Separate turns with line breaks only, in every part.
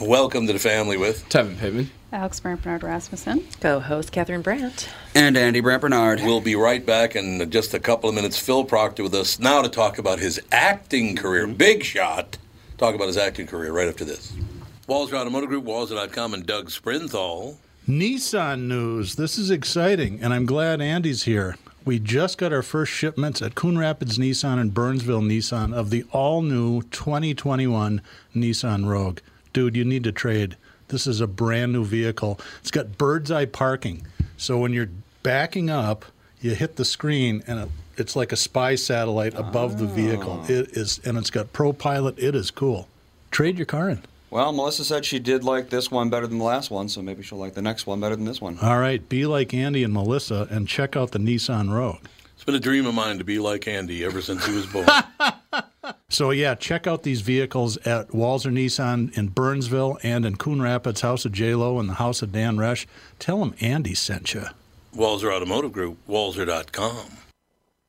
Welcome to the family with
Tevin Pittman.
Alex Brant Bernard Rasmussen.
Co host Catherine Brandt.
And Andy Brant Bernard.
We'll be right back in just a couple of minutes. Phil Proctor with us now to talk about his acting career.
Mm-hmm.
Big shot. Talk about his acting career right after this. Walzer Automotive Group, Walzer.com, and Doug Sprinthal.
Nissan news. This is exciting, and I'm glad Andy's here. We just got our first shipments at Coon Rapids Nissan and Burnsville Nissan of the all new 2021 Nissan Rogue dude, you need to trade. This is a brand new vehicle. It's got bird's eye parking. So when you're backing up, you hit the screen and it, it's like a spy satellite above the vehicle. It is, and it's got ProPilot. It is cool. Trade your car in.
Well, Melissa said she did like this one better than the last one, so maybe she'll like the next one better than this one.
All right, be like Andy and Melissa and check out the Nissan Rogue.
It's been a dream of mine to be like Andy ever since he was born.
So yeah, check out these vehicles at Walzer Nissan in Burnsville and in Coon Rapids, House of J Lo and the House of Dan Resch. Tell them Andy sent you.
Walzer Automotive Group, Walzer.com.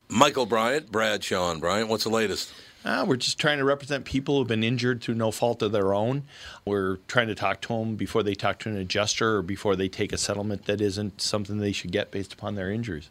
Michael Bryant, Brad Sean Bryant, what's the latest?
Uh, we're just trying to represent people who've been injured through no fault of their own. We're trying to talk to them before they talk to an adjuster or before they take a settlement that isn't something they should get based upon their injuries.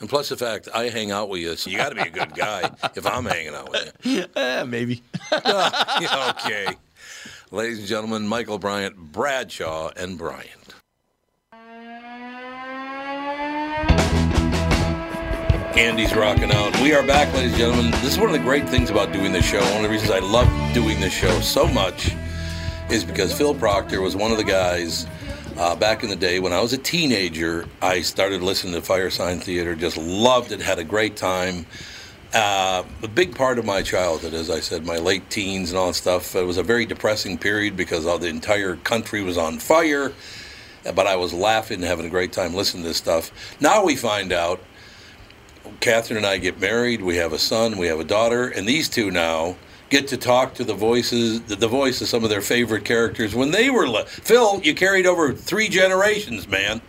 And plus the fact I hang out with you, so you got to be a good guy if I'm hanging out with you.
Eh, maybe.
Yeah, okay. Ladies and gentlemen, Michael Bryant, Bradshaw, and Bryant. Andy's rocking out. We are back, ladies and gentlemen. This is one of the great things about doing this show. One of the reasons I love doing this show so much is because Phil Proctor was one of the guys uh, back in the day when I was a teenager. I started listening to Fire Sign Theater, just loved it, had a great time. Uh, a big part of my childhood, as I said, my late teens and all that stuff. It was a very depressing period because all the entire country was on fire. But I was laughing and having a great time listening to this stuff. Now we find out Catherine and I get married. We have a son. We have a daughter, and these two now get to talk to the voices, the, the voice of some of their favorite characters when they were. Le- Phil, you carried over three generations, man.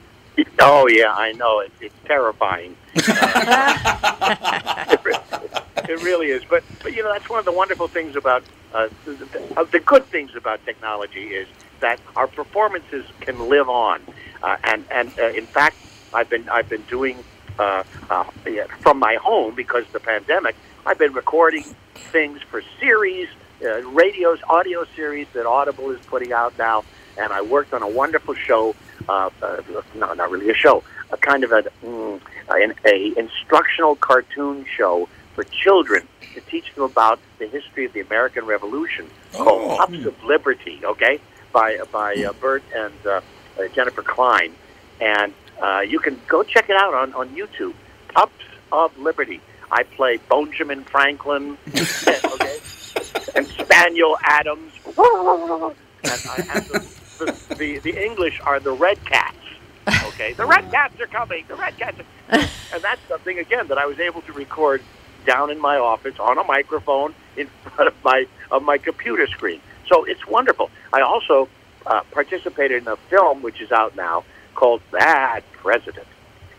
Oh yeah, I know it, it's terrifying. Uh, it, re- it really is, but but you know that's one of the wonderful things about uh, the, of the good things about technology is that our performances can live on, uh, and and uh, in fact, I've been I've been doing uh, uh, yeah, from my home because of the pandemic. I've been recording things for series, uh, radios, audio series that Audible is putting out now, and I worked on a wonderful show. Uh, uh, no, not really a show, a kind of a mm, an a instructional cartoon show for children to teach them about the history of the American Revolution
Oh.
called Cups of Liberty. Okay, by by uh, Bert and uh, uh, Jennifer Klein, and uh, you can go check it out on on YouTube. Cups of Liberty. I play Benjamin Franklin. okay and Spaniel Adams. and I have the, the, the, the English are the red cats. Okay, the red cats are coming. The red cats, are... and that's something again that I was able to record down in my office on a microphone in front of my of my computer screen. So it's wonderful. I also uh, participated in a film which is out now called Bad President,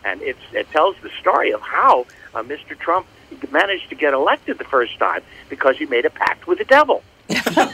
and it's, it tells the story of how uh, Mr. Trump managed to get elected the first time because he made a pact with the devil.
Well,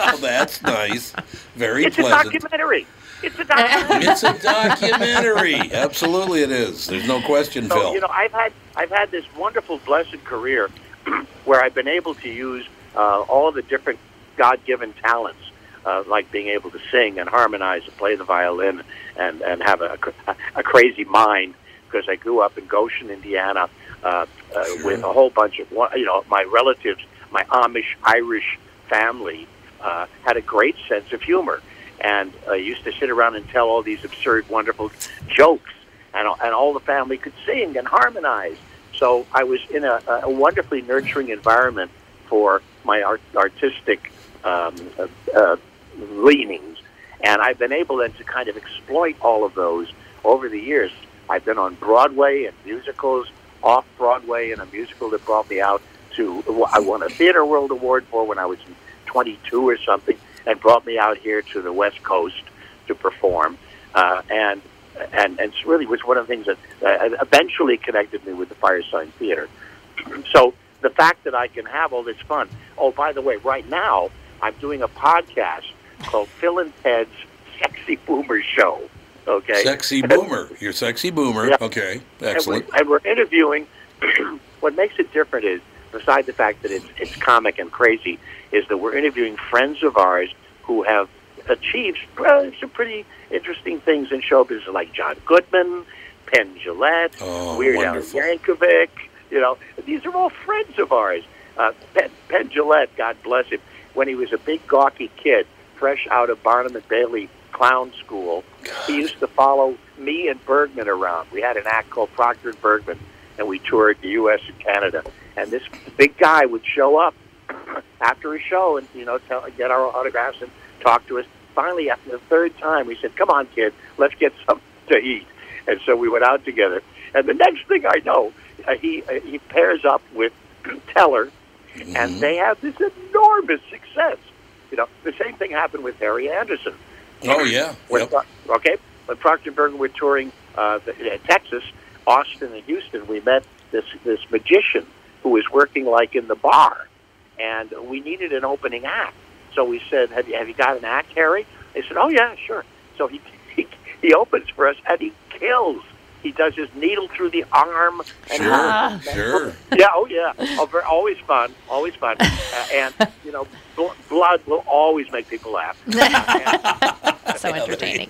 Oh, that's nice. Very
it's a
pleasant.
documentary. It's a documentary.
It's a documentary. Absolutely, it is. There's no question,
So
Phil.
Oh, you know, I've had I've had this wonderful, blessed career where I've been able to use uh, all the different God-given talents, uh, like being able to sing and harmonize and play the violin and and have a, cr- a crazy mind because I grew up in Goshen, Indiana, uh, uh, with a whole bunch of one- you know my relatives, my Amish Irish family uh, had a great sense of humor and uh, used to sit around and tell all these absurd, wonderful jokes, and and all the family could sing and harmonize. So I was in a, a wonderfully nurturing environment for my art, artistic um, uh, uh, leanings, and I've been able then to kind of exploit all of those over the years. I've been on Broadway and musicals, off Broadway, and a musical that brought me out to I won a Theater World Award for when I was 22 or something, and brought me out here to the West Coast to perform, uh, and and and it's really was one of the things that uh, eventually connected me with the Firesign Theater. So the fact that I can have all this fun. Oh, by the way, right now I'm doing a podcast called Phil and Ted's Sexy Boomer Show. Okay,
Sexy boomer. You're sexy boomer.
Yeah.
Okay. Excellent.
and we're, and we're interviewing. what makes it different is, besides the fact that it's it's comic and crazy, is that we're interviewing friends of ours who have achieved uh, some pretty interesting things in show business, like John Goodman, Penn Gillette,
Oh,
Weird
wonderful.
Al Yankovic. You know, these are all friends of ours. Uh, Penn, Penn Gillette, God bless him, when he was a big gawky kid, fresh out of Barnum and Bailey Clown School, he used to follow me and Bergman around. We had an act called Procter and Bergman, and we toured the U.S. and Canada. And this big guy would show up after a show and you know tell, get our autographs and talk to us. Finally, after the third time, we said, "Come on, kid, let's get something to eat." And so we went out together. And the next thing I know, uh, he uh, he pairs up with Teller, and they have this enormous success. You know, the same thing happened with Harry Anderson.
Oh yeah.
When
Yep.
Pro- okay, when Procter and Bergen were touring uh, the, uh, Texas, Austin, and Houston, we met this this magician who was working like in the bar, and we needed an opening act. So we said, "Have you have you got an act, Harry?" They said, "Oh yeah, sure." So he he, he opens for us, and he kills. He does his needle through the arm. And
Sure. Sure.
yeah, oh yeah, oh, ver- always fun, always fun, uh, and you know, bl- blood will always make people laugh. And-
so entertaining.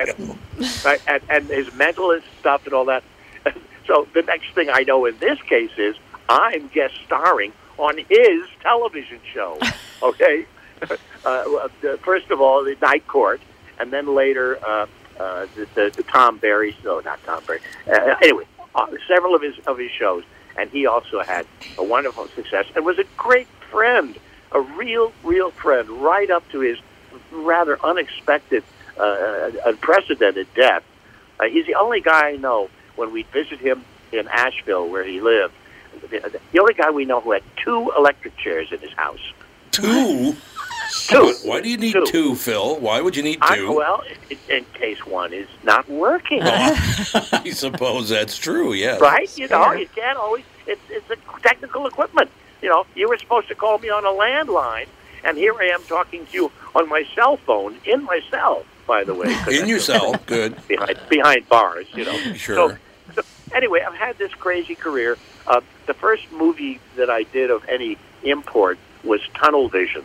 right? And, and his mentalist stuff and all that. So the next thing I know in this case is I'm guest starring on his television show. Okay, uh, well, uh, first of all, the Night Court, and then later uh, uh, the, the, the Tom Barry. No, not Tom Barry. Uh, anyway, uh, several of his of his shows, and he also had a wonderful success and was a great friend, a real, real friend, right up to his rather unexpected, uh, unprecedented death. Uh, he's the only guy I know when we visit him in Asheville, where he lived. The, the only guy we know who had two electric chairs in his house.
Two.
Two.
Why do you need two.
Two.
Phil? Why would you need
I,
two?
well, in, in case one is not working,
I suppose that's true. Yeah.
right? You know, you can't always. It's it's a technical equipment. You know, you were supposed to call me on a landline, and here I am talking to you on my cell phone in my cell. By the way, 'cause
In
I-
yourself. Good.
behind behind bars, you know.
Sure.
So, so anyway, I've had this crazy career. Uh, the first movie that I did of any import was Tunnel Vision.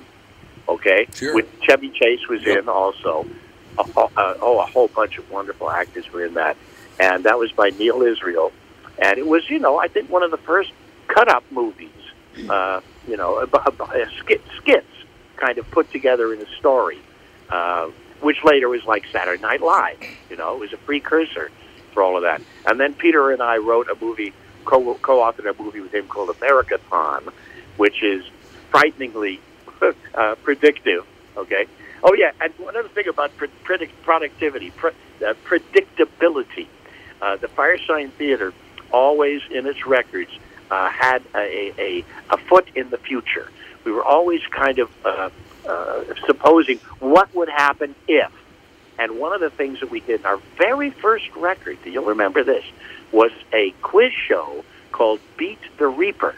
Okay,
Sure.
with Chevy Chase was
Yep.
in also. A, whole- uh, oh, a whole bunch of wonderful actors were in that, and that was by Neil Israel, and it was you know I think one of the first cut-up movies, uh, you know, a, a, a skit, skits kind of put together in a story, uh, which later was like Saturday Night Live. You know, it was a precursor for all of that. And then Peter and I wrote a movie, co- co-authored a movie with him called Americathon, which is frighteningly uh, predictive. Okay, Oh yeah, and one other thing about pre- predict productivity, pre- uh, predictability. Uh, the Fireshine Theater always in its records uh, had a, a, a foot in the future. We were always kind of uh, uh, supposing what would happen if. And one of the things that we did in our very first record, you'll remember this, was a quiz show called Beat the Reaper.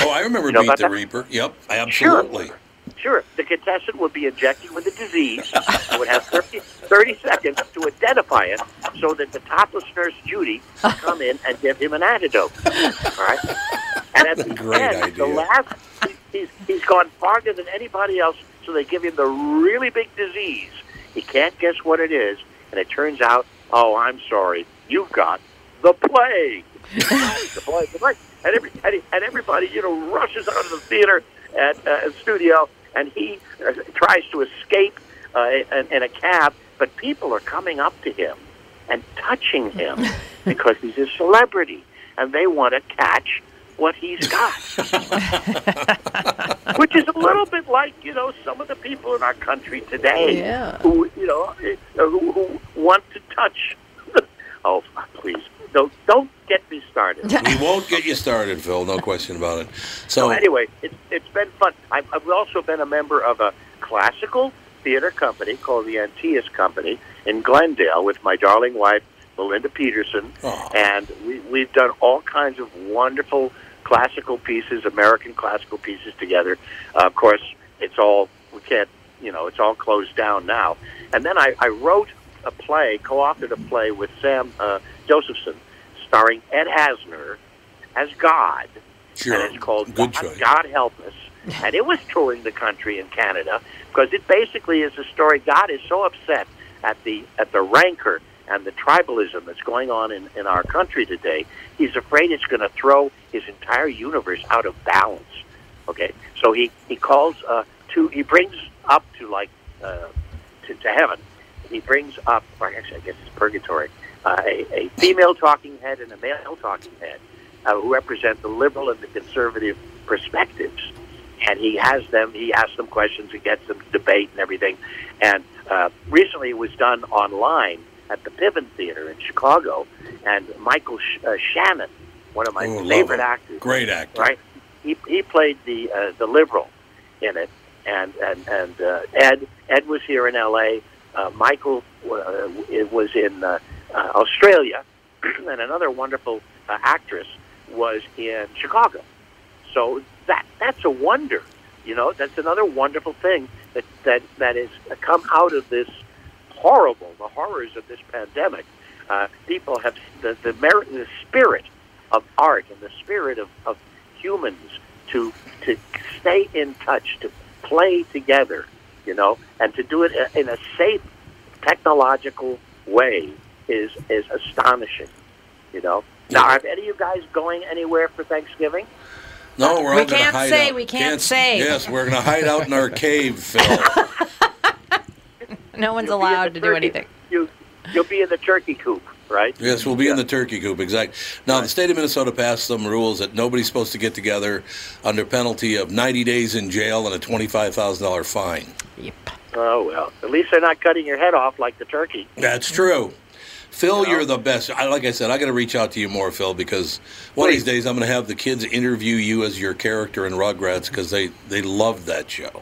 Oh, I remember
You know
Beat
about
the
that?
Reaper. Yep, absolutely.
Sure. Sure. The contestant would be injected with a disease and would have 30, 30 seconds to identify it so that the topless nurse, Judy, would come in and give him an antidote. All right? And at the
Great
end, the
idea.
last, he's, he's gone farther than anybody else, so they give him the really big disease. He can't guess what it is, and it turns out, oh, I'm sorry, you've got the plague the boys, the boys. And, every, and, he- and everybody, you know, rushes out of the theater and uh, and studio, and he uh, tries to escape uh, in, in a cab, but people are coming up to him and touching him because he's a celebrity, and they want to catch what he's got. Which is a little bit like, you know, some of the people in our country today
Yeah.
who, you know, eh, who, who want to touch. oh, please, don't, don't get me started.
We won't get you started, Phil. No question about it. So,
So anyway, it's it's been fun. I've, I've also been a member of a classical theater company called the Antilles Company in Glendale with my darling wife Melinda Peterson,
Aw.
and we, we've done all kinds of wonderful classical pieces, American classical pieces together. Uh, of course, it's all we can't, you know, it's all closed down now. And then I, I wrote a play, co-authored a play with Sam uh, Josephson, starring Ed Hasner as God
sure.
and it's called
Good
God,
choice.
God Help Us. And it was touring the country in Canada because it basically is a story. God is so upset at the at the rancor and the tribalism that's going on in, in our country today. He's afraid it's going to throw his entire universe out of balance. Okay, so he he calls uh, to he brings up to like uh, to, to heaven. He brings up, or actually, I guess it's purgatory, uh, a, a female talking head and a male talking head uh, who represent the liberal and the conservative perspectives. And he has them, he asks them questions, he gets them to debate and everything. And uh, recently it was done online at the Piven Theater in Chicago. And Michael Sh- uh, Shannon, one of my
Oh, love
favorite
him.
actors,
Great actor.
right? He, he played the uh, the liberal in it, and and and uh, Ed Ed was here in L.A. Uh, Michael uh, it was in uh, uh, Australia, and another wonderful uh, actress was in Chicago. So that that's a wonder, you know. That's another wonderful thing that that that has come out of this horrible, the horrors of this pandemic. Uh, people have the the, merit, the spirit of art and the spirit of, of humans to to stay in touch, to play together, you know, and to do it in a safe, technological way is is astonishing, you know. Now, are any of you guys going anywhere for Thanksgiving?
No, we're
We
all gonna
can't
hide
say,
out.
we can't say.
Yes, we're going to hide out in our cave, Phil.
No one's
You'll be in
allowed
the
to do
turkey-
anything.
You, you'll be in the turkey coop, right?
Yes, we'll be in the turkey coop. Exactly. Now, the state of Minnesota passed some rules that nobody's supposed to get together under penalty of 90 days in jail and a $25,000 fine.
Yep.
Oh well, at least they're not cutting your head off like the turkey.
That's true. Phil, you're the best. I, like I said, I got to reach out to you more, Phil, because one of these days I'm going to have the kids interview you as your character in Rugrats because they, they loved that show.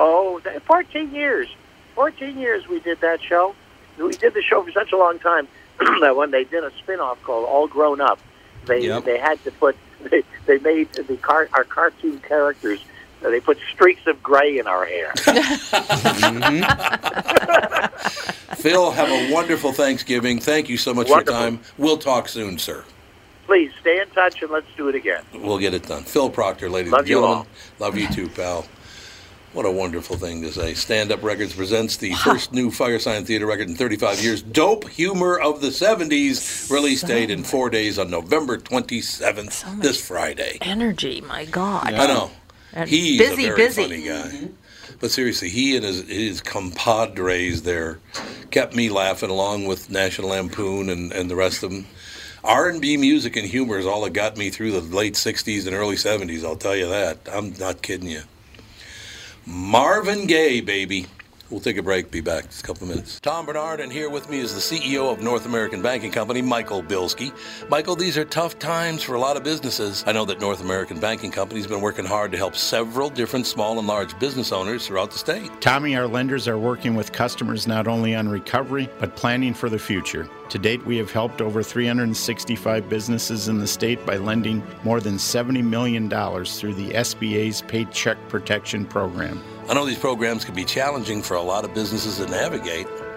Oh, that, 14 years. 14 years we did that show. We did the show for such a long time that when they did a spin-off called All Grown Up, they
Yep.
they had to put they, they made the car, our cartoon characters uh, they put streaks of gray in our hair.
Phil, have a wonderful Thanksgiving. Thank you so much
Wonderful.
for your time. We'll talk soon, sir.
Please stay in touch and let's do it again.
We'll get it done. Phil Proctor, ladies
Love
and
you
gentlemen.
all.
Love you too, pal. What a wonderful thing to say. Stand Up Records presents the first new Fire Sign Theater record in 35 years. Dope Humor of the 70s. Release date in four days on November 27th, this Friday.
Energy, my God.
I know.
And
He's
busy,
a very
busy. Mm-hmm.
funny guy. But seriously, he and his, his compadres there kept me laughing along with National Lampoon and, and the rest of them. R&B music and humor is all that got me through the late 60s and early 70s, I'll tell you that. I'm not kidding you. Marvin Gaye, baby. We'll take a break, be back in a couple of minutes. Tom Bernard, and here with me is the CEO of North American Banking Company, Michael Bilski. Michael, these are tough times for a lot of businesses. I know that North American Banking Company has been working hard to help several different small and large business owners throughout the state.
Tommy, our lenders are working with customers not only on recovery, but planning for the future. To date, we have helped over 365 businesses in the state by lending more than $70 million through the SBA's Paycheck Protection Program.
I know these programs can be challenging for a lot of businesses to navigate.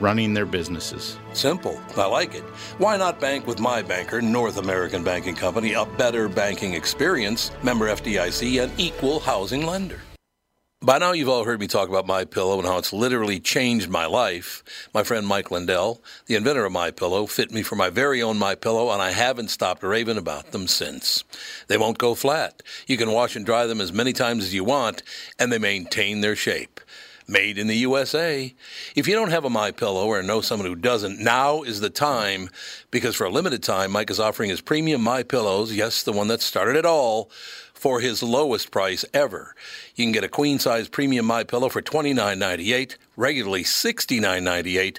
running their businesses.
Simple. I like it. Why not bank with my banker, North American Banking Company, a better banking experience, member FDIC, an equal housing lender? By now you've all heard me talk about my pillow and how it's literally changed my life. My friend Mike Lindell, the inventor of my pillow, fit me for my very own my pillow and I haven't stopped raving about them since. They won't go flat. You can wash and dry them as many times as you want and they maintain their shape made in the USA. If you don't have a My Pillow or know someone who doesn't, now is the time because for a limited time Mike is offering his premium My Pillows, yes, the one that started it all, for his lowest price ever. You can get a queen size premium My Pillow for $29.98, regularly $69.98.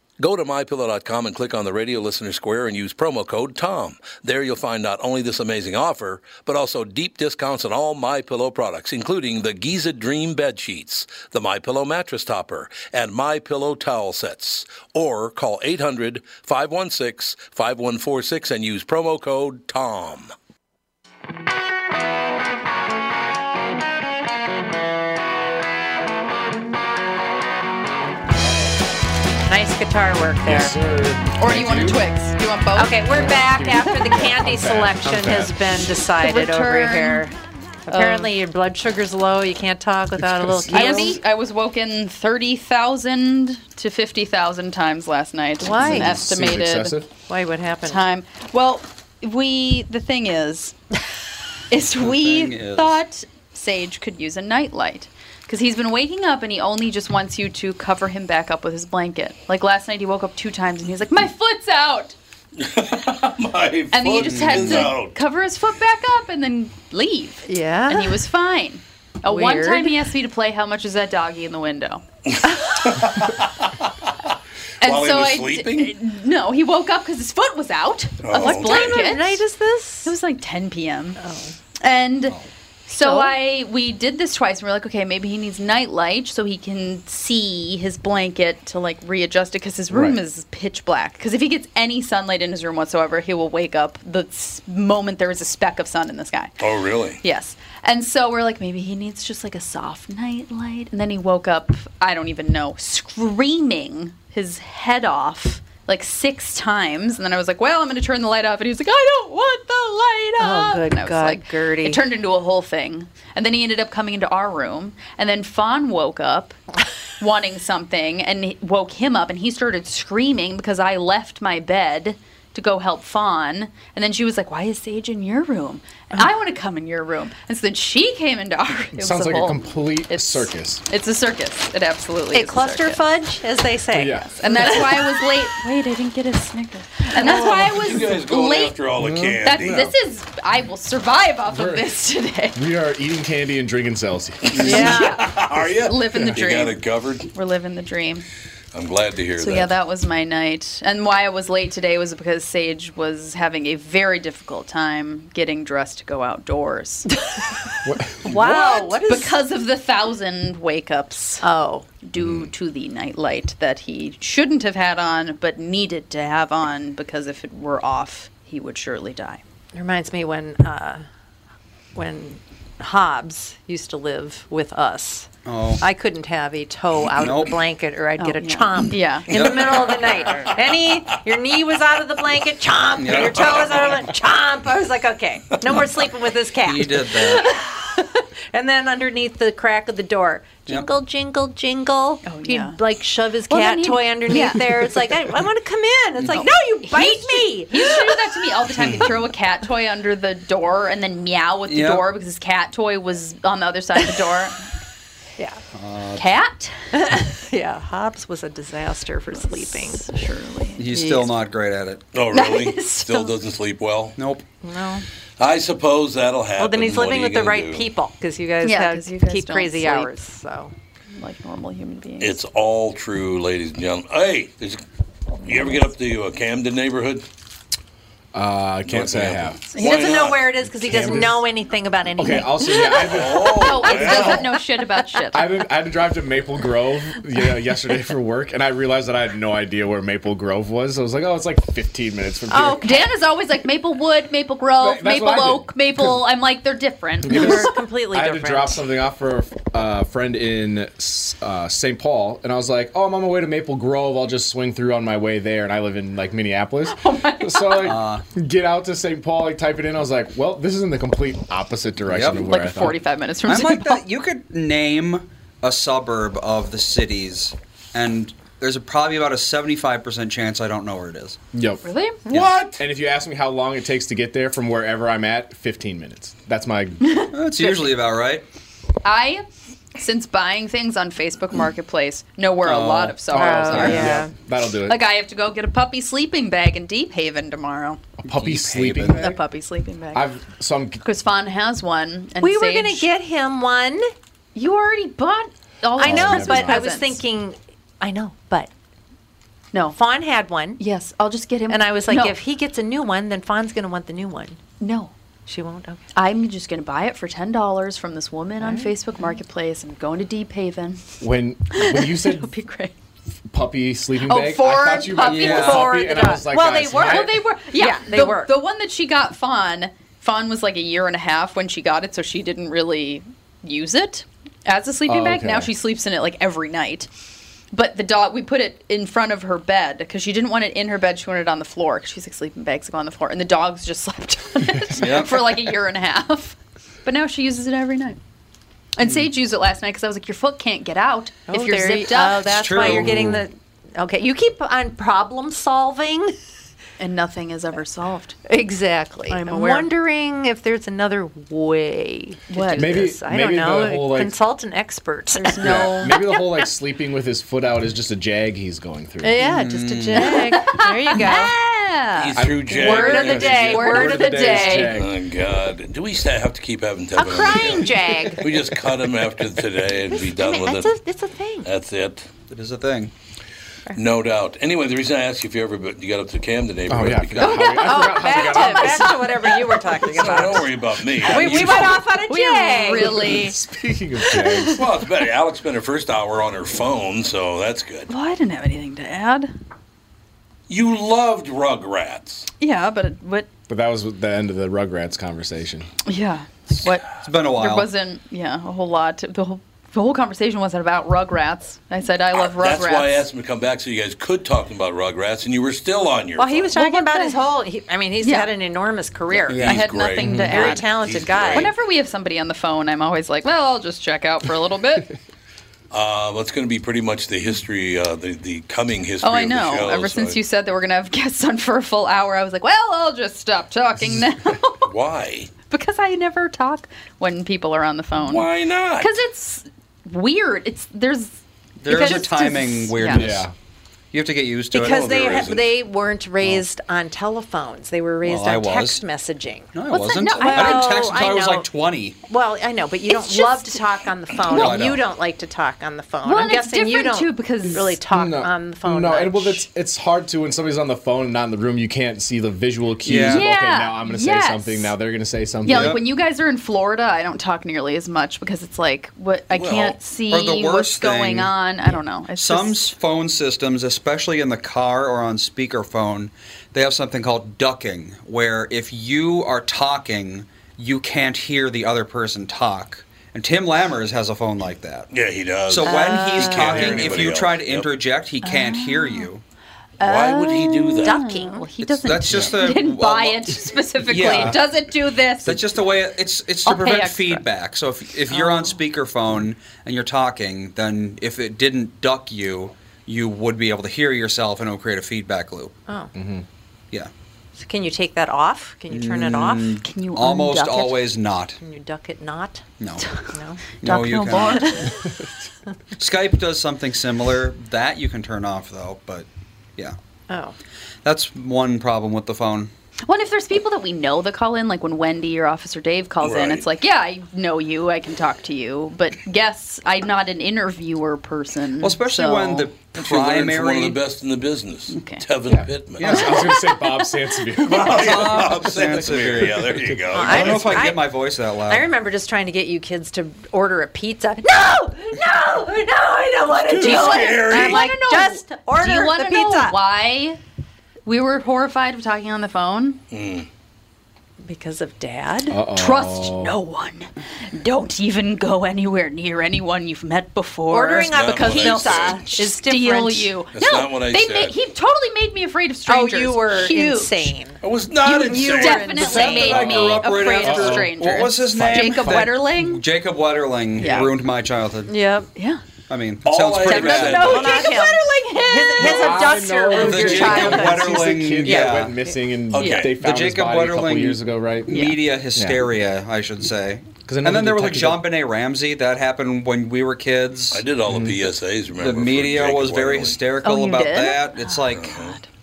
Go to mypillow.com and click on the radio listener square and use promo code TOM. There you'll find not only this amazing offer, but also deep discounts on all My Pillow products, including the Giza Dream bed sheets, the My Pillow mattress topper, and My Pillow towel sets. Or call 800-516-5146 and use promo code TOM.
Nice guitar work there.
Or do you want a Twix? Do you want both?
Okay, we're back after the candy selection has been decided
The
over
return
here. Apparently, your blood sugar's low. You can't talk without a little
I was,
candy.
I was woken 30,000 to 50,000 times last night.
Why?
It's an estimated
Why? What happened?
time. Well, we, the thing is, is
thing
we
is-
thought Sage could use a nightlight. Because he's been waking up and he only just wants you to cover him back up with his blanket. Like last night, he woke up two times and he was like, My foot's out!
My
And then you just had to cover his foot back up and then leave.
Yeah.
and he was fine. At one
Weird.
time, he asked me to play "How much is that doggy in the window?" and
While he
so
was
I d-
sleeping? Oh.
no, he woke up because his foot was out of his
What
blanket.
What night is this? Oh.
It was like 10 p.m.
Oh.
And so,
So?
I we did this twice, and we're like, okay, maybe he needs nightlight so he can see his blanket to like readjust it because his room
Right.
is pitch black. Because if he gets any sunlight in his room whatsoever, he will wake up the s- moment there is a speck of sun in the sky.
Oh, really?
Yes. And so we're like, maybe he needs just like a soft night light. And then he woke up, I don't even know, screaming his head off like six times. And then I was like, well, I'm going to turn the light off. And he was like, I don't want the light
Oh,
off.
good
and I was
God,
like,
Gertie.
It turned into a whole thing. And then he ended up coming into our room. And then Fawn woke up wanting something and it woke him up. And he started screaming because I left my bed. To go help Fawn. And then she was like, Why is Sage in your room? And I want to come in your room. And so then she came into our room.
Sounds like a complete circus.
It's a circus. It absolutely
a
is.
cluster
circus.
fudge, as they say.
Yeah.
And that's why I was late. Wait, I didn't get a snicker. And
Oh.
that's why I was
You guys going
late.
after
Hmm?
all the candy.
That's, this is, I will survive off of
Right.
this today.
We are eating candy and drinking Celsius.
Yeah.
Are you?
Living the
You got
dream.
it covered?
We're living the dream.
I'm glad to hear
So,
that.
yeah, that was my night. And why I was late today was because Sage was having a very difficult time getting dressed to go outdoors.
Wow. what is?
because of the thousand wake ups.
oh,
due to the nightlight that he shouldn't have had on but needed to have on because if it were off, he would surely die.
It reminds me when uh, when Hobbs used to live with us.
Oh.
I couldn't have a toe out of
Nope.
the blanket or I'd
Oh,
get a
yeah.
chomp
Yeah.
in the middle of the night. Any, your knee was out of the blanket, chomp.
Yeah.
Your toe was out of the chomp. I was like, okay, no more sleeping with this cat.
You did that.
And then underneath the crack of the door, jingle, jingle, jingle. He'd like shove his
Oh, Well,
cat
then he'd-
toy underneath
yeah.
there. It's like, I, I want to come in. It's like, no, you bite me.
He used to do that to me all the time. He'd throw a cat toy under the door and then meow at the
Yep.
door because his cat toy was on the other side of the door.
Yeah.
Uh,
cat?
yeah, Hobbs was a disaster for sleeping. Surely.
He's still not great at it.
Oh, really? Still doesn't sleep well?
Nope.
No.
I suppose that'll happen.
Well, then he's
What are
living
you
with the
gonna
right
do?
people because you guys
Yeah,
have
'cause you guys
keep
don't
crazy
sleep.
hours. So,
like normal human beings.
It's all true, ladies and gentlemen. Hey, there's, you ever get up to uh, Camden neighborhood?
Uh, can't say I have.
He doesn't know where it is because he doesn't
Canvas.
know anything about anything.
Okay, I'll say yeah. I've been,
no, it doesn't know shit about shit.
I've been, I had to drive to Maple Grove yeah, yesterday for work, and I realized that I had no idea where Maple Grove was. I was like, oh, it's like 15 minutes from here.
Oh, Dan is always like Maplewood, Maple Grove,
That's
Maple
what I did.
Oak, Maple. I'm like they're different.
It is-
completely
I had
different.
to drop something off for a f- a friend in S- uh, St. Paul, and I was like, "Oh, I'm on my way to Maple Grove. I'll just swing through on my way there." And I live in like Minneapolis,
Oh
so like, get out to St. Paul, like type it in. I was like, "Well, this is in the complete opposite direction
Yep.
of where
Like
I thought."
45 minutes from.
I'm like that. You could name a suburb of the cities, and there's a, probably about a 75% chance I don't know where it is.
Yep.
Really?
What? And if you ask me how long it takes to get there from wherever I'm at, 15 minutes. That's my.
That's usually about right.
I, since buying things on Facebook Marketplace, know where a lot
Uh,
of suburbs
Oh,
are.
yeah.
That'll do it.
Like I have to go get a puppy sleeping bag in Deep Haven tomorrow.
a puppy sleeping
A
bag.
puppy sleeping bag.
I've so I'm
Chris Fawn has one. And
we were gonna
Sage- Oh,
get him one.
You already bought. All
I
those
know,
Christmas
but I was
presents.
thinking, I know, but
No.
Fawn had one,
Yes, I'll just get him.
and I was like,
No,
if he gets a new one, then Fawn's gonna want the new one.
no.
She won't. Okay.
I'm just gonna buy it for ten dollars from this woman on Facebook Marketplace. I'm going to Deep Haven.
when when you said
It'll be great.
puppy sleeping
Oh,
bag.
for
I thought you meant
puppy-
for
Yeah.
puppy,
for
and
the-
I was like,
Well, they
guys,
were-
my-
Well, they were. Yeah,
Yeah, they
the,
were.
The one that she got, Fawn, Fawn was like a year and a half when she got it, so she didn't really use it as a sleeping
Oh,
bag.
okay.
Now she sleeps in it like every night. But the dog, we put it in front of her bed because she didn't want it in her bed. She wanted it on the floor because she's like sleeping bags go on the floor, and the dogs just slept on it
Yep.
for like a year and a half. But now she uses it every night.
Hmm.
And Sage used it last night because I was like, "Your foot can't get out if
Oh,
you're
there you-
zipped up."
oh, that's why you're
true.
getting the. Okay, you keep on problem solving.
and nothing is ever solved.
Exactly.
I'm
I'm,
aware.
wondering if there's another way to
What?
do
Maybe-
this. I don't
maybe
know.
the whole, like-
Consult an expert. There's
Yeah, Maybe the whole like sleeping with his foot out is just a jag he's going through.
yeah, just
Mm.
a jag. there you go.
He's through Jack.
Word of the day. Word, of the, day.
is jag.
Oh, God. Do we sta- have to keep having to
A crying jag.
We just cut him after today and be
I
done
mean,
with
that's
it.
a, that's a thing.
That's it.
It is a thing.
No doubt. Anyway, the reason I asked you if you ever but you got up to Camden
Oh
neighborhood
yeah, I
because
forgot how we, I forgot how we
Back
got on
to,
this.
back to whatever you were talking
So
about.
don't worry about me.
We, we went off on a
We
jag.
really.
Speaking of jags,
well, it's better. Alex spent her first hour on her phone, so that's good.
Well, I didn't have anything to add.
You loved Rugrats.
Yeah, but it, what?
but that was the end of the Rugrats conversation.
Yeah, like what?
It's been a while.
There wasn't. Yeah, a whole lot. To, the whole the whole conversation wasn't about Rugrats. I said I love Rugrats.
That's why I asked him to come back so you guys could talk about Rugrats, and you were still on your
Well,
phone.
he was talking
what
about
the-
his whole. He, I mean, he's
Yeah.
had an enormous career.
I had
He's
nothing to
great.
Very
add.
talented
He's
guy.
great.
Whenever we have somebody on the phone, I'm always like, well, I'll just check out for a little bit.
Uh, that's going to be pretty much the history, uh, the, the coming history
oh, I
of the
know.
show,
Ever
so
since
I-
you said that we're gonna have guests on for a full hour, I was like, well, I'll just stop talking now
Why?
because I never talk when people are on the phone.
Why not?
Because it's weird. It's there's.
There
because
is a
it's just-
timing
yeah.
weirdness.
Yeah,
You have to get used to
Because
it.
they
there
ha-
isn't.
they weren't raised on telephones. They were raised
Well, I
on text
was.
messaging.
No, I
What's that?
wasn't.
No, Oh,
I,
I-
didn't text until
I
I, was
know.
like 20.
Well, I know, but you don't
It's
love
just-
to talk on the phone.
No, I
and you
don't.
don't like to talk on the phone.
Well,
I'm
and it's
guessing you don't
different, too, because-
really talk on the phone.
No,
much.
and well, it's it's hard to when somebody's on the phone and not in the room. You can't see the visual cues.
Yeah.
Of, okay,
Yeah,
now I'm gonna
yes.
say something. Now they're gonna say something.
Yeah, like when you guys are in Florida, I don't talk nearly as much because it's like what I
Well,
can't see
or the
what's
worst
going
thing-
on. I don't know. It's
Some s
just-
phone systems, especially in the car or on speakerphone, they have something called ducking, where if you are talking you can't hear the other person talk. And Tim Lammers has a phone like that.
Yeah, he does.
So
Uh,
when
He
Ah.
he's
can't hear
talking, if
anybody
you
else.
try to
Yep.
interject, he can't hear you.
Why would he do that?
Ducking.
uh, Well, Ah. he
It's-
doesn't.
that's just
he
a-
didn't
well,
buy
well,
it specifically.
yeah.
It doesn't do this.
That's just the way it- it's. It's to
I'll pay
prevent
extra. Oh.
feedback. So if if you're on speakerphone and you're talking, then if it didn't duck you, you would be able to hear yourself, and it would create a feedback loop.
Oh.
Mm-hmm. Yeah.
So can you take that off? Can you turn it off?
Mm, almost always not?
Can you duck it not?
No.
No.
No,
Duck
you
no
cannot.
more.
Skype does something similar. That you can turn off though, but yeah,
oh.
that's one problem with the phone.
Well, and if there's people that we know that call in, like when Wendy or Officer Dave calls in,
Right.
it's like, yeah, I know you, I can talk to you, but guess I'm not an interviewer person.
Well, especially
so-
when the
She learned from one of
primary-
the best in the business, Tevin Pittman.
Yeah, I was going to say Bob Sansevier.
Bob
Sansevier.
Sansevier. Yeah, there you go.
I don't know if I can
I-
get my voice that loud.
I remember just trying to get you kids to order a pizza. No, no, no! I don't want to
Do
do
you wanna-
it.
do you
I'm like,
wanna know-
just order
do you wanna
the
know
pizza.
why we were horrified of talking on the phone?
Because of Dad.
Trust no one. Don't even go anywhere near anyone you've met before.
Ordering That's a not
because
what I
they'll
said.
s-
is
steal
different.
you. Oh,
That's
no,
not what I
they
said.
Made, he totally made me afraid of strangers.
you were
Huge.
insane.
I was
not You- you insane. definitely made me afraid of strangers.
What was his name?
Jacob
That-
Wetterling?
Jacob Wetterling
Yeah.
ruined my childhood.
Yep.
Yeah.
I mean,
All
sounds
I
pretty
ever
bad.
said-
Oh, Jacob Wetterling. His, his abductor ruined
the
your
Jacob
childhood.
Wetterling,
He's the kid that
yeah.
went missing and Okay. they
the
found his
Jacob
body a couple
Wetterling
years ago, right? Yeah.
Media hysteria, I should say. And
another
then there was like Jean
detective-
Benet Ramsey. That happened when we were kids. I
did all the PSAs. Remember
the
for
media
Jacob
was very
Wetterling.
hysterical
Mm-hmm. Oh, you
about
did?
that. It's
Oh,
like,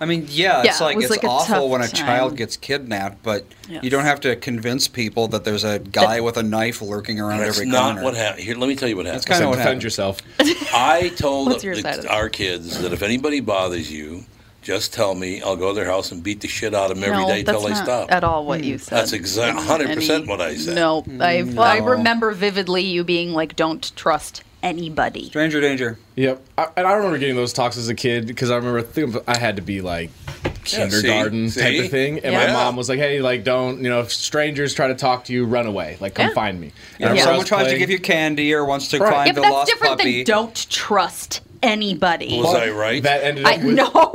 I mean, yeah,
Yeah,
it's
it
like
was,
it's
like, a
awful
tough
when a
time.
child gets kidnapped, but you
Yes.
don't have to convince people that there's a guy with a knife lurking around
That's
every
not
corner.
what happened. Here, let me tell you what happened.
That's kind of what happened.
yourself.
I told
What's your
the-
side of it?
our kids that if anybody bothers you, just tell me. I'll go to their house and beat the shit out of them every
no,
day
that's
till they
not
stop.
At all, what
Hmm.
you said.
That's exactly 100% what I said.
No, I, I
No.
remember vividly you being like, "Don't trust anybody."
Stranger danger.
Yep. I, and I remember getting those talks as a kid because I remember I think I had to be like
Yeah, see?
kindergarten type
See?
of thing, and
Yeah.
my mom was like, "Hey, like don't you know if strangers try to talk to you, run away. Like come
Yeah.
find me."
Yeah, if someone tries to give you candy or wants to
Right.
find
yeah,
the
but that's
lost
different
puppy,
than don't trust anybody.
right?
That ended up
I
with
no.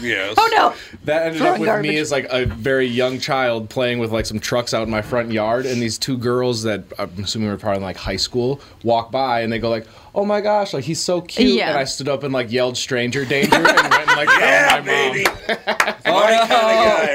yes.
Oh no.
That ended up
Throwing
with
garbage.
me as like a very young child playing with like some trucks out in my front yard, and these two girls that I'm assuming were probably in like high school walk by and they go like, "Oh my gosh, like he's so cute!"
Yeah.
And I stood up and like yelled "Stranger danger" and went and, like, "Yeah, baby,
guy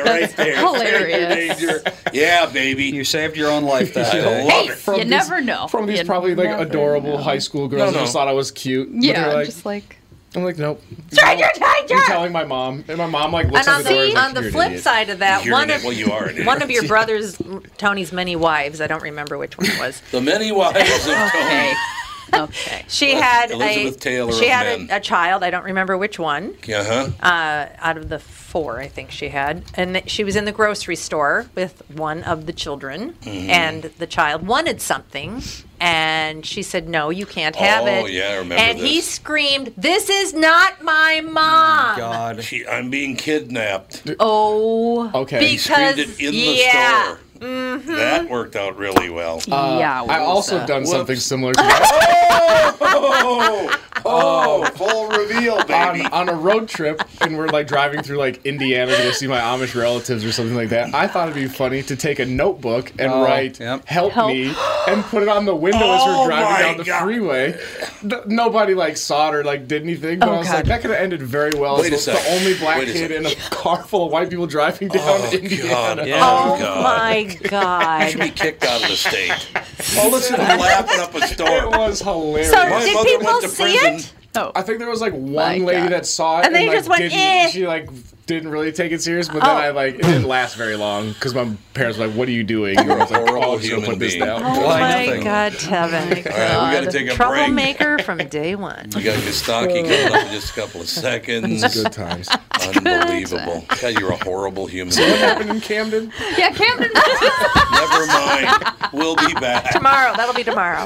right there.
hilarious.
Danger. Yeah, baby.
You saved your own life that day.
I love it.
From
you
these-
never know.
From these probably like adorable high school girls
No,
that
no.
just thought I was cute. but
Yeah,
they're, like,
just like
I'm like, nope.
Stranger danger.
I'm telling my mom, and my mom like looks
and on
at the door
the,
is like,
on the
"You're an
flip
idiot."
side of that,
You're
one
an
of
idiot. Well, you are an idiot.
one of your brothers, Tony's many wives. I don't remember which one it was.
The many wives of Tony.
Okay.
She had
Elizabeth
a
Taylor
she
of
had
men.
a, a child. I don't remember which one.
Uh huh.
Uh, out of the four, I think she had, and th- she was in the grocery store with one of the children,
Mhm.
and the child wanted something, and she said, "No, you can't have
Oh,
it."
yeah, I remember
And he
this.
screamed, "This is not my mom!"
God.
She, I'm being kidnapped.
Oh,
He
because
screamed it in the
yeah, Hmm? Mm-hmm.
store. That worked out really well.
Uh, I also done something similar to that.
Oh, oh, full reveal, baby.
on, on a road trip and we're like driving through like Indiana to go see my Amish relatives or something like that. I thought it'd be funny to take a notebook and
Oh,
write help, me" and put it on the window as
Oh
we're
my
driving down the
God.
freeway. N- nobody like saw it or like did anything, but
Oh,
I was
God.
like, that could have ended very well.
Wait a
as the, the
second.
only black
Wait a
kid in
second.
a car full of white people driving down
Oh,
Indiana.
God. Oh, Oh, God.
my
You should be
God.
kicked out of the state. Oh, listen, I'm laughing up a storm.
It was hilarious.
So did people see it? Oh.
I think there was like one lady that saw it,
And
and,
they
like,
just went,
didn't,
"Eh."
She like didn't really take it serious, but then
Oh.
I like it didn't last very long because my parents were like, "What are you doing?" And I was like, "Oh, I'm just gonna put this down."
Oh my God, Tevin!
we gotta
God.
take a break.
Troublemaker from day one.
You got your stocky coming up in just a couple of seconds.
Good times.
Unbelievable. God, you're a horrible human.
What happened in Camden?
Yeah, Camden.
Never mind. We'll be back.
Tomorrow, that'll be tomorrow.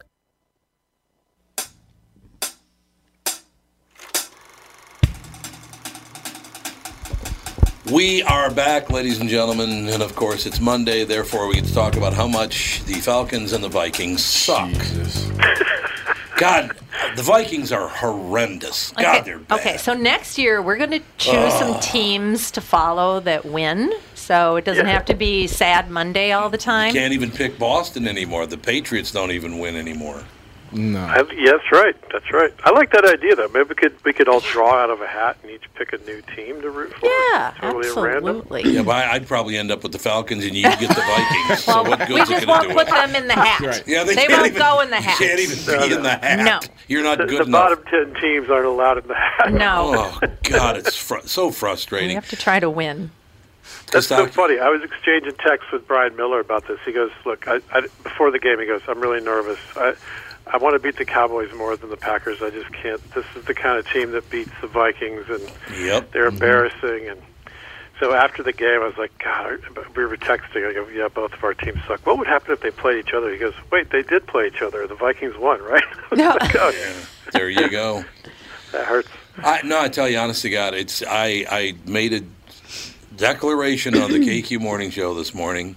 We are back, ladies and gentlemen, and of course it's Monday, therefore we get to talk about how much the Falcons and the Vikings suck. God, the Vikings are horrendous. God, they're bad.
Okay, so next year we're going to choose some
Ugh.
teams to follow that win. So it doesn't
Yeah.
have to be sad Monday all the time.
Can't even pick Boston anymore. The Patriots don't even win anymore.
No.
I, yeah, that's right. That's right. I like that idea though. Maybe we could we could all draw out of a hat and each pick a new team to root for. Yeah, totally Random.
Yeah, but I- I'd probably end up with the Falcons and you get the Vikings. so what
we
good's
just
it going
won't
to do?
put them in the hat.
Yeah, they,
they
can't
won't
even,
go in the
you
hat.
Can't even be in the hat.
No.
You're not
The,
good
the
enough.
bottom ten teams aren't allowed in the hat.
No.
Oh God, it's fr- so frustrating.
We have to try to win.
That's so
Kostaki-
funny. I was exchanging texts with Brian Miller about this. He goes, "Look, I, I, before the game, he goes, I'm really nervous. I, I want to beat the Cowboys more than the Packers. I just can't. This is the kind of team that beats the Vikings, and
Yep.
they're embarrassing." And so after the game, I was like, "God," we were texting. I go, "Yeah, both of our teams suck. What would happen if they played each other?" He goes, "Wait, they did play each other. The Vikings won, right?" I was like, "Oh,
There you go.
that hurts.
I, no, I tell you, honest to God, it's I, I made a declaration on the KQ Morning Show this morning.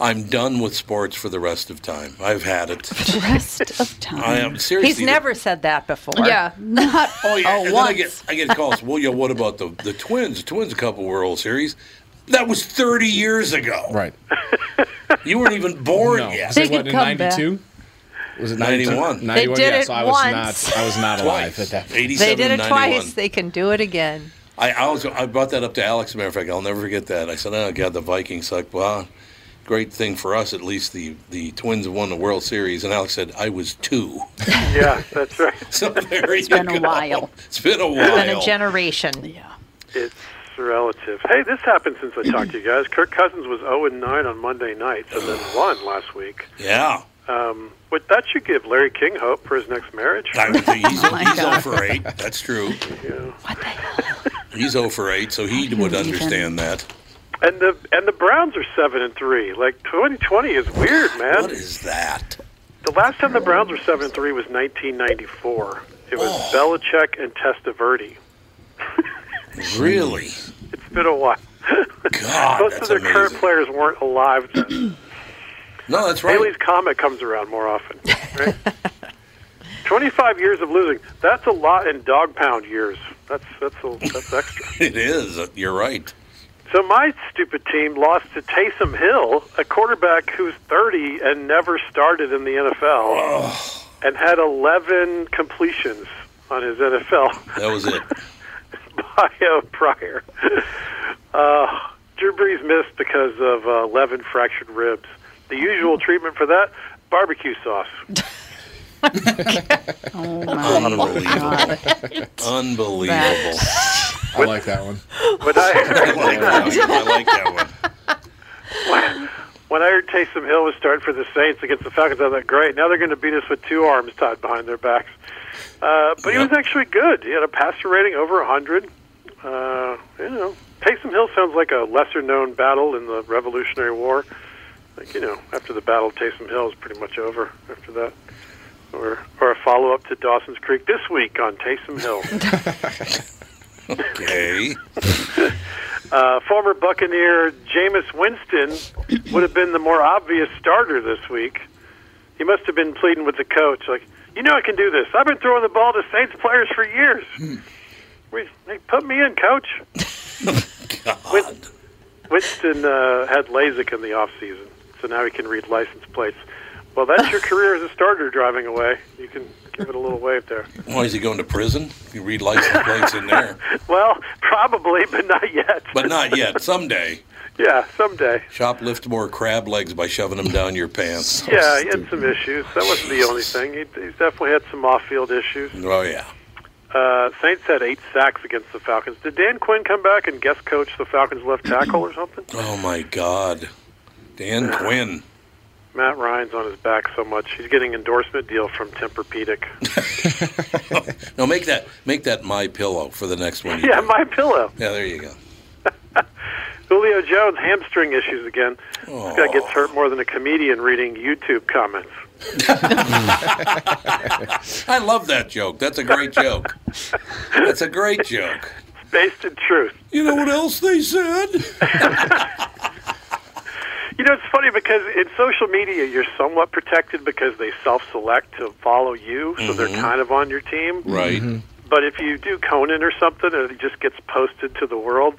I'm done with sports for the rest of time. I've had it.
The rest of time.
I am seriously.
He's never said that before.
Yeah, not
oh, yeah, and then I
once.
get I get calls. well, yeah, what about the the Twins? The Twins, a couple World Series. That was 30 years ago.
Right.
You weren't even born yet.
They what, in 92? Was it 92?
91.
91,
They did
yeah,
it
so I was
once.
not, I was not alive at that point.
They did it twice. They can do it again.
I, I was I brought that up to Alex. As a matter of fact, I'll never forget that. I said, "Oh God, the Vikings suck." Well, great thing for us, at least the the Twins have won the World Series. And Alex said, "I was two.
yeah, that's right.
So there
It's
you
been a
go.
while.
It's been a
It's been
while.
a generation. Yeah.
It's relative. Hey, this happened since I talked to you guys. Kirk Cousins was 0 and 9 on Monday night, and then won last week.
yeah,
Um, but that should give Larry King hope for his next marriage.
I would think he's, he's 0 for eight. That's true. He's 0 for eight, so he would understand that.
And the and the Browns are seven and three. Like 2020 is weird, man. What
is that?
The last time the Browns were seven and three was 1994. It was
Oh.
Belichick and Testaverde.
Really?
It's been a while.
God,
most
that's
of their current
amazing.
players weren't alive. Then.
no, that's right.
Haley's comet comes around more often. Right? 25 years of losing. That's a lot in dog pound years. That's that's a, that's extra.
It is. You're right.
So my stupid team lost to Taysom Hill, a quarterback who's 30 and never started in the NFL, and had 11 completions on his NFL
That was it.
bio prior. Uh, Drew Brees missed because of uh, 11 fractured ribs. The usual treatment for that: barbecue sauce.
Oh
Unbelievable. Unbelievable.
I like that one.
When I,
I like that one. I like that one.
When I heard Taysom Hill was starting for the Saints against the Falcons, I thought, great, now they're going to beat us with two arms tied behind their backs. Uh, but he was actually good. He had a passer rating over 100. Uh, you know, Taysom Hill sounds like a lesser-known battle in the Revolutionary War. Like, you know, after the Battle of Taysom Hill is pretty much over after that. Or, or a follow-up to Dawson's Creek this week on Taysom Hill.
Okay.
Uh, former Buccaneer Jameis Winston would have been the more obvious starter this week. He must have been pleading with the coach, like, you know, I can do this. I've been throwing the ball to Saints players for years. Wait, they put me in, coach. Win- Winston uh, had LASIK in the off season, so now he can read license plates. Well, that's your career as a starter driving away. You can give it a little wave there.
Why is he going to prison? You read license plates in there,
Well, probably, but not yet.
but not yet. Someday,
Yeah, someday.
shoplift more crab legs by shoving them down your pants.
yeah, he had some issues. That wasn't the only thing. He, he's definitely had some off-field issues.
Oh yeah.
Uh, Saints had eight sacks against the Falcons. Did Dan Quinn come back and guest coach the Falcons' left tackle or something?
Oh my God, Dan Quinn.
Matt Ryan's on his back so much. He's getting endorsement deal from Tempur-Pedic.
No, make that make that my pillow for the next one.
yeah, my pillow.
Yeah, there you go.
Julio Jones hamstring issues again. This guy
Oh.
gets hurt more than a comedian reading YouTube comments.
I love that joke. That's a great joke. That's a great joke.
Based in truth.
You know what else they said?
You know, it's funny because in social media, you're somewhat protected because they self-select to follow you, so they're
Mhm.
kind of on your team.
Right.
But if you do Conan or something, and it just gets posted to the world,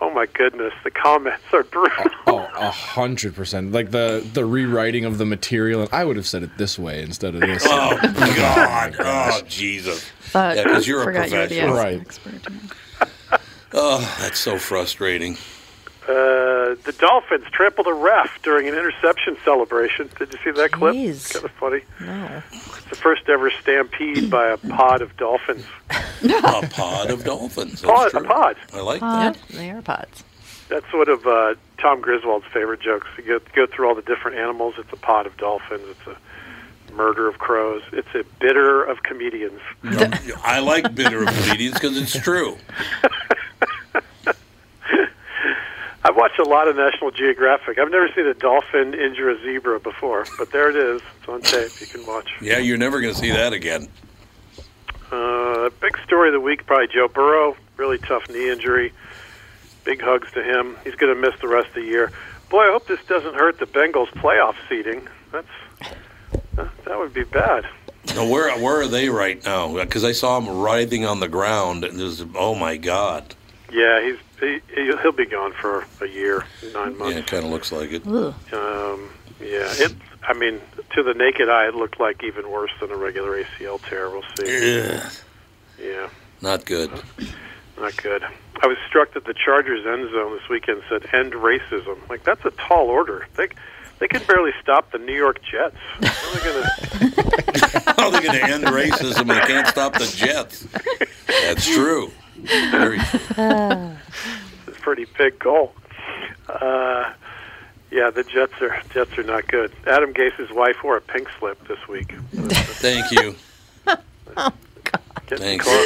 oh my goodness, the comments are brutal.
Oh, a hundred percent. Like the the rewriting of the material, and I would have said it this way instead of this.
Oh God. Oh Jesus.
Fuck.
Yeah, because you're a
Forgot you were the
professional.
Right.
Oh, that's so frustrating.
Uh, the Dolphins trampled a ref during an interception celebration. Did you see that clip? It's kind of funny.
No.
It's the first ever stampede by a pod of dolphins.
A pod of dolphins. That's
Pod, a
true.
pod.
I like
Pod.
that.
They are pods.
That's one of uh, Tom Griswold's favorite jokes. You go, go through all the different animals. It's a pod of dolphins. It's a murder of crows. It's a bitter of comedians.
I like bitter obedience because it's true.
I've watched a lot of National Geographic. I've never seen a dolphin injure a zebra before, but there it is. It's on tape. You can watch.
Yeah, you're never going to see that again.
Uh, big story of the week, probably Joe Burrow. Really tough knee injury. Big hugs to him. He's going to miss the rest of the year. Boy, I hope this doesn't hurt the Bengals' playoff seeding. That's that would be bad.
Now, where where are they right now? Because I saw him writhing on the ground. And there's, oh my God.
Yeah, he's he, he- he'll be gone for a year, nine
Yeah,
months.
it kind of looks like it.
Um, yeah, it. I mean, to the naked eye, it looked like even worse than a regular ACL tear. We'll see.
Ugh,
Yeah,
not good.
not good. I was struck that the Chargers end zone this weekend said "end racism." Like that's a tall order. They they can barely stop the New York Jets. How are they gonna?
How are they going to end racism? They can't stop the Jets. That's true. Very true.
Oh.
It's a pretty big goal. Uh, yeah, the Jets are Jets are not good. Adam Gase's wife wore a pink slip this week.
Thank you. Thanks.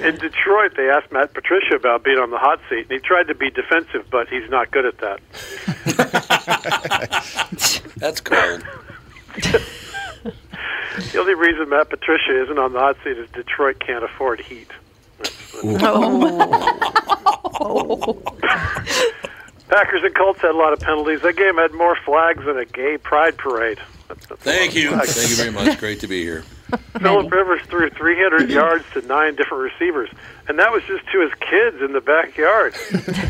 In Detroit, they asked Matt Patricia about being on the hot seat, and he tried to be defensive, but he's not good at that.
That's cold.
The only reason Matt Patricia isn't on the hot seat is Detroit can't afford heat.
Oh.
Packers and Colts had a lot of penalties. That game had more flags than a gay pride parade.
Thank you. Thank you very much. Great to be here.
Philip Rivers threw 300 yards to nine different receivers, and that was just to his kids in the backyard.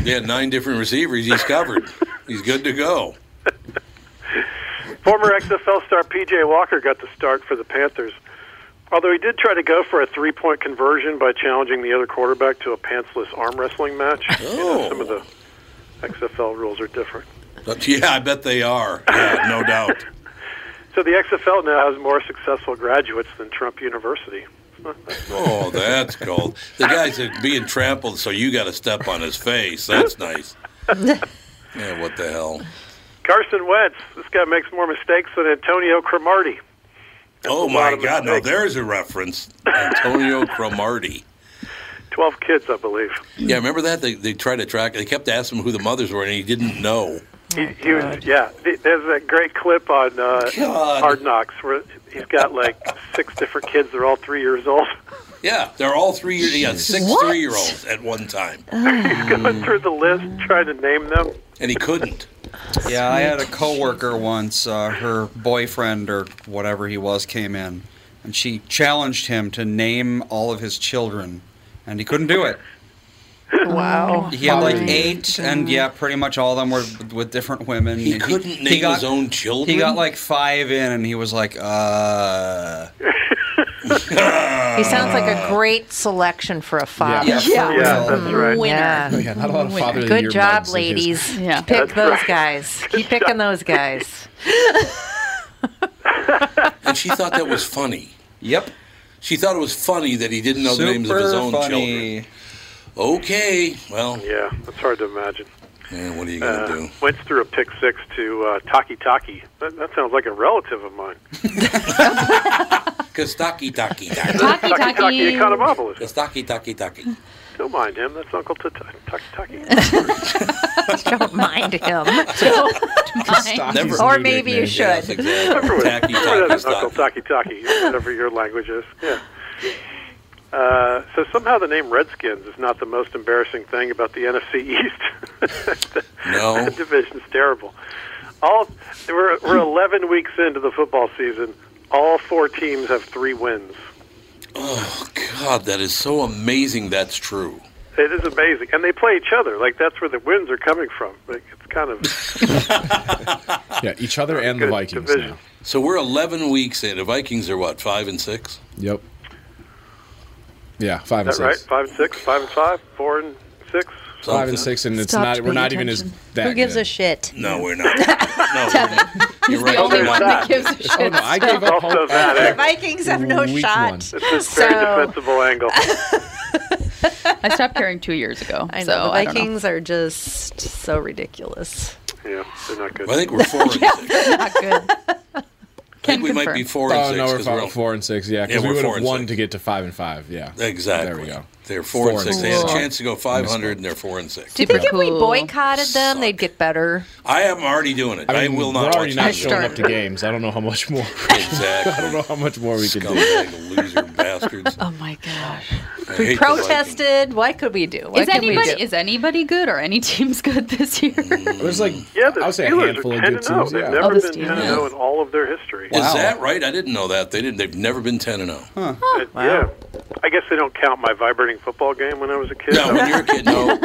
Yeah, nine different receivers. He's covered. He's good to go.
Former XFL star PJ Walker got the start for the Panthers. Although he did try to go for a three point conversion by challenging the other quarterback to a pantsless arm wrestling match. You know, some of the XFL rules are different.
But yeah, I bet they are. Yeah, no doubt.
So the XFL now has more successful graduates than Trump University.
Oh, that's cold. The guy's being trampled, so you got to step on his face. That's nice. Yeah, what the hell?
Carson Wentz, this guy makes more mistakes than Antonio Cromartie.
Oh
a
my
lot of
God! Now
mistakes.
there's a reference. Antonio Cromartie.
12 kids, I believe.
Yeah, remember that? They, they tried to track. They kept asking him who the mothers were, and he didn't know.
He, he was, yeah, th- there's that great clip on uh,
God.
Hard Knocks where he's got like six different kids. They're all three years old.
Yeah, they're all three years. He had six
What?
three year olds at one time,
He's going through the list, trying to name them.
and he couldn't.
Yeah, I had a coworker once. Uh, her boyfriend or whatever he was came in, and she challenged him to name all of his children, and he couldn't do it.
Wow.
He had like
Oh,
eight, and yeah, pretty much all of them were with different women.
He
And
couldn't name his own children?
He got like five in, and he was like, uh.
He sounds like a great selection for a father.
Yeah, for Oh, Yeah. real. Yeah, that's right.
Winner.
Yeah. Oh, Yeah, not a lot of Winner. Father of the
Good
Year
job,
mugs in his-
ladies.
Yeah.
Pick
That's
those
right.
guys. Keep picking those guys.
and she thought that was funny.
Yep.
She thought it was funny that he didn't know the names of his
Super
own
funny.
children. Okay, well.
Yeah, that's hard to imagine.
Man, what are you
Uh,
gonna do?
Went through a pick six to uh, Taki Taki. That, that sounds like a relative of mine.
Kostaki Taki Taki.
Taki Taki Taki. Economopoulos.
Kostaki Taki Taki.
Don't mind him. That's Uncle Tata- Taki Taki.
Don't mind him.
Taki's
Don't mind.
new
Or maybe
nickname.
you
Yes,
should.
Remember what- remember that is Uncle Taki Taki, whatever your language is. Yeah. Uh, so somehow the name Redskins is not the most embarrassing thing about the NFC East.
No.
that division's terrible. All we're, we're 11 weeks into the football season. All four teams have three wins.
Oh God, that is so amazing. That's true.
It is amazing, and they play each other. Like that's where the wins are coming from. Like it's kind of
Yeah, each other and the Vikings now.
So we're 11 weeks in. The Vikings are what, five and six?
Yep. Yeah, five and
is that right?
six.
Five and six, five and five, four and six.
Five and six, and it's
Stop
not. We're
paying
not even as that.
Who gives
good.
a shit?
No, we're not. No, we're not. You're right.
only
we're
one that
not.
gives a shit.
Oh, no, I gave
up hope. Also that, eh?
The Vikings have no
Week
shot.
one. It's a very defensible angle.
I stopped caring two years ago.
I know
so
the
I don't know.
Vikings are just so ridiculous.
Yeah, they're not good.
I think we're four and six.
Not good.
I think we might be four and
oh,
six.
no, we're
'cause
four,
all-
four and six. Yeah,
Yeah,
because
we're
we would
four
have
and
won to get to five and five. Yeah,
Exactly.
There we go.
They're four, and six. They had a chance to go 500, and they're four and six.
Do you think if we boycotted them, they'd get better?
I am already doing it. I,
mean,
will not.
We're already
watch
not
them
showing up
anymore.
to games. I don't know how much more.
Exactly.
I don't know how much more we can
do. Loser bastards.
Oh my gosh.
I
We
hate the Vikings.
protested. What could we do? What
is
could
anybody
we do?
is anybody good or any team's good this year?
There's like
yeah, the
I would say a
Steelers
handful
are
of
10
good
and 0.
teams,
They've
yeah.
never
Oh, the
been 10 and 0 in all of their history.
Is that right? I didn't know that. They didn't. They've never been ten and oh. zero.
Uh, Yeah. I guess they don't count my vibrating football game when I was a kid.
No, when you were a kid, no.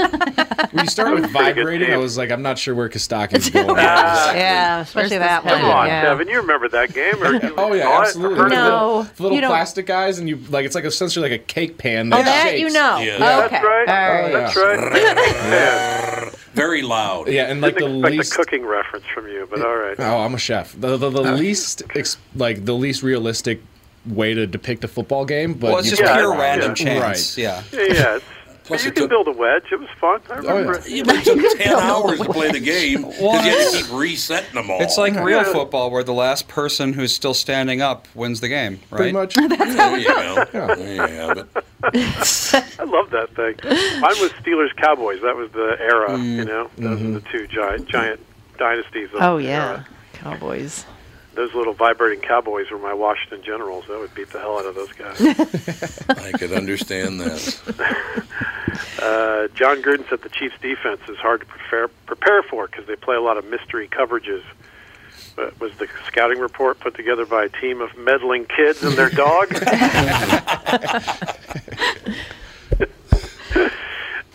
When you start with vibrating, I was like, I'm not sure where Kostaki's going.
Yeah, especially that one.
Come on,
yeah.
Kevin. You remember that game? Or you
Oh yeah,
saw it or
absolutely.
heard of it?
No,
little, little
you don't-
plastic guys, and you like it's like essentially like a cake pan.
Oh,
That
that
shakes.
you know.
Yeah.
Yeah. Okay.
That's right.
All right.
That's right.
Very loud.
Yeah, and like the
Didn't expect
least
a cooking reference from you, but all right.
Oh, I'm a chef. The the, the least ex- like the least realistic way to depict a football game, but
Well, it's
you
just
play
pure
around
random
it.
chance.
Right.
Yeah.
Yeah, yeah. Plus you can build a wedge. It was fun.
Oh,
I remember. it.
It took ten hours to play the game because you had to keep resetting them all.
It's like real
Yeah.
football where the last person who's still standing up wins the game, right?
Pretty much.
There you go. There you have it.
I love that thing. Mine was Steelers Cowboys. That was the era, you know. Those
Mhm.
are the two giant giant dynasties. Of
Oh
the
yeah,
era.
Cowboys.
Those little vibrating Cowboys were my Washington Generals. That would beat the hell out of those guys.
I could understand that.
Uh, John Gruden said the Chiefs' defense is hard to prepare prepare for because they play a lot of mystery coverages. But was the scouting report put together by a team of meddling kids and their dog?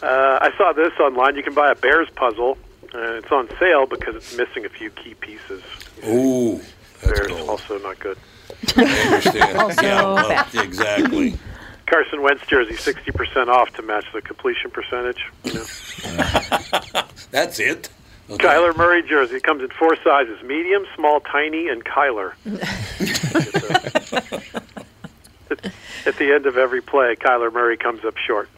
Uh, I saw this online. You can buy a Bears puzzle. Uh, it's on sale because it's missing a few key pieces.
Ooh,
Bears also not good.
I understand.
Also
yeah, well,
bad.
exactly.
Carson Wentz jersey sixty percent off to match the completion percentage. You know.
That's it. Okay.
Kyler Murray jersey it comes in four sizes: medium, small, tiny, and Kyler. At the end of every play, Kyler Murray comes up short.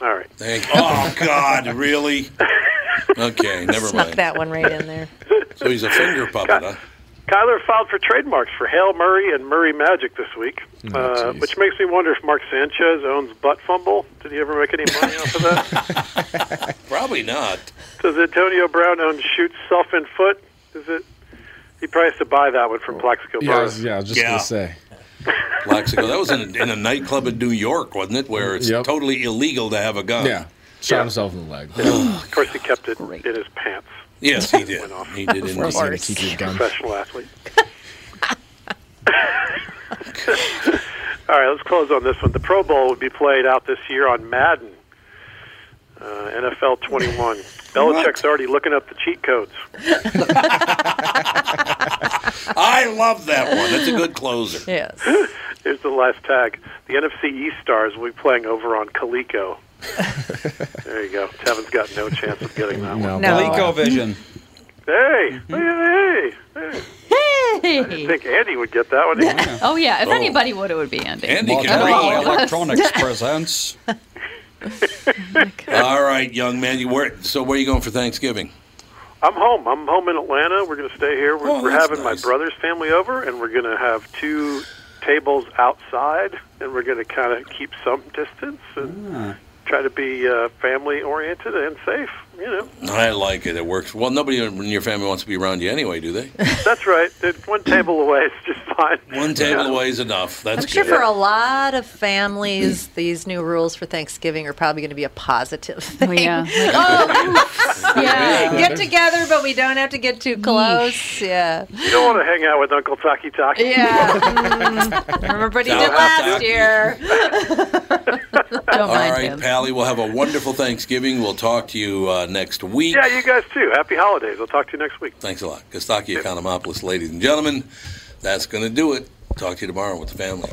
All right.
Thank. Oh God, really? Okay, never
Snuck
mind.
that one right in there.
So he's a finger puppet, huh?
Kyler filed for trademarks for Hail Murray and Murray Magic this week,
Oh,
uh, which makes me wonder if Mark Sanchez owns Butt Fumble. Did he ever make any money off of that?
Probably not.
Does Antonio Brown own Shoot Self in Foot? Is it? He probably has to buy that one from Plaxico
Yeah, I
Burress.
was, yeah, I was just gonna say.
Plaxico. That was in, in a nightclub in New York, wasn't it? Where it's
Yep.
totally illegal to have a
Oh.
gun.
Yeah. Shot himself in the leg.
of course, he kept it in his pants.
Yes, he did. He did
Of
indeed.
course he's gonna keep his gun.
Professional athlete. All right, let's close on this one. The Pro Bowl will be played out this year on Madden, uh, NFL 21. Belichick's already looking up the cheat codes.
I love that one. That's a good closer.
Yes.
Here's the last tag. The NFC East Stars will be playing over on Coleco. there you go. Tevin's got no chance of getting that one.
No. ColecoVision.
Hey, hey, hey, hey. I didn't think Andy would get that one.
Oh yeah, if
Oh.
anybody would, it would be Andy.
Multimedia Electronics presents.
All right, young man. You were so where are you going for Thanksgiving?
I'm home. I'm home in Atlanta. We're going to stay here. We're,
Oh,
we're
that's
having my brother's family over, and we're going to have two tables outside, and we're going to kind of keep some distance and try to be uh, family oriented and safe. You know,
I like it. It works. Well, nobody in your family wants to be around you anyway, do they?
that's right. That One table away is just fine.
One table away is enough. That's
I'm sure
good.
for a lot of families, these new rules for Thanksgiving are probably going to be a positive thing.
yeah.
Oh, yeah.
Yeah.
Get together, but we don't have to get too close. Yeah.
You don't want to hang out with Uncle Taki Taki.
Yeah. Mm. Remember what he did
Don't have
last
to.
year.
All
don't mind
right,
him.
Pally. We'll have a wonderful Thanksgiving. We'll talk to you uh, next week.
Yeah, you guys too. Happy holidays. I'll talk to you next week.
Thanks a lot, Kostaki Economopoulos, ladies and gentlemen. That's going to do it. Talk to you tomorrow with the family.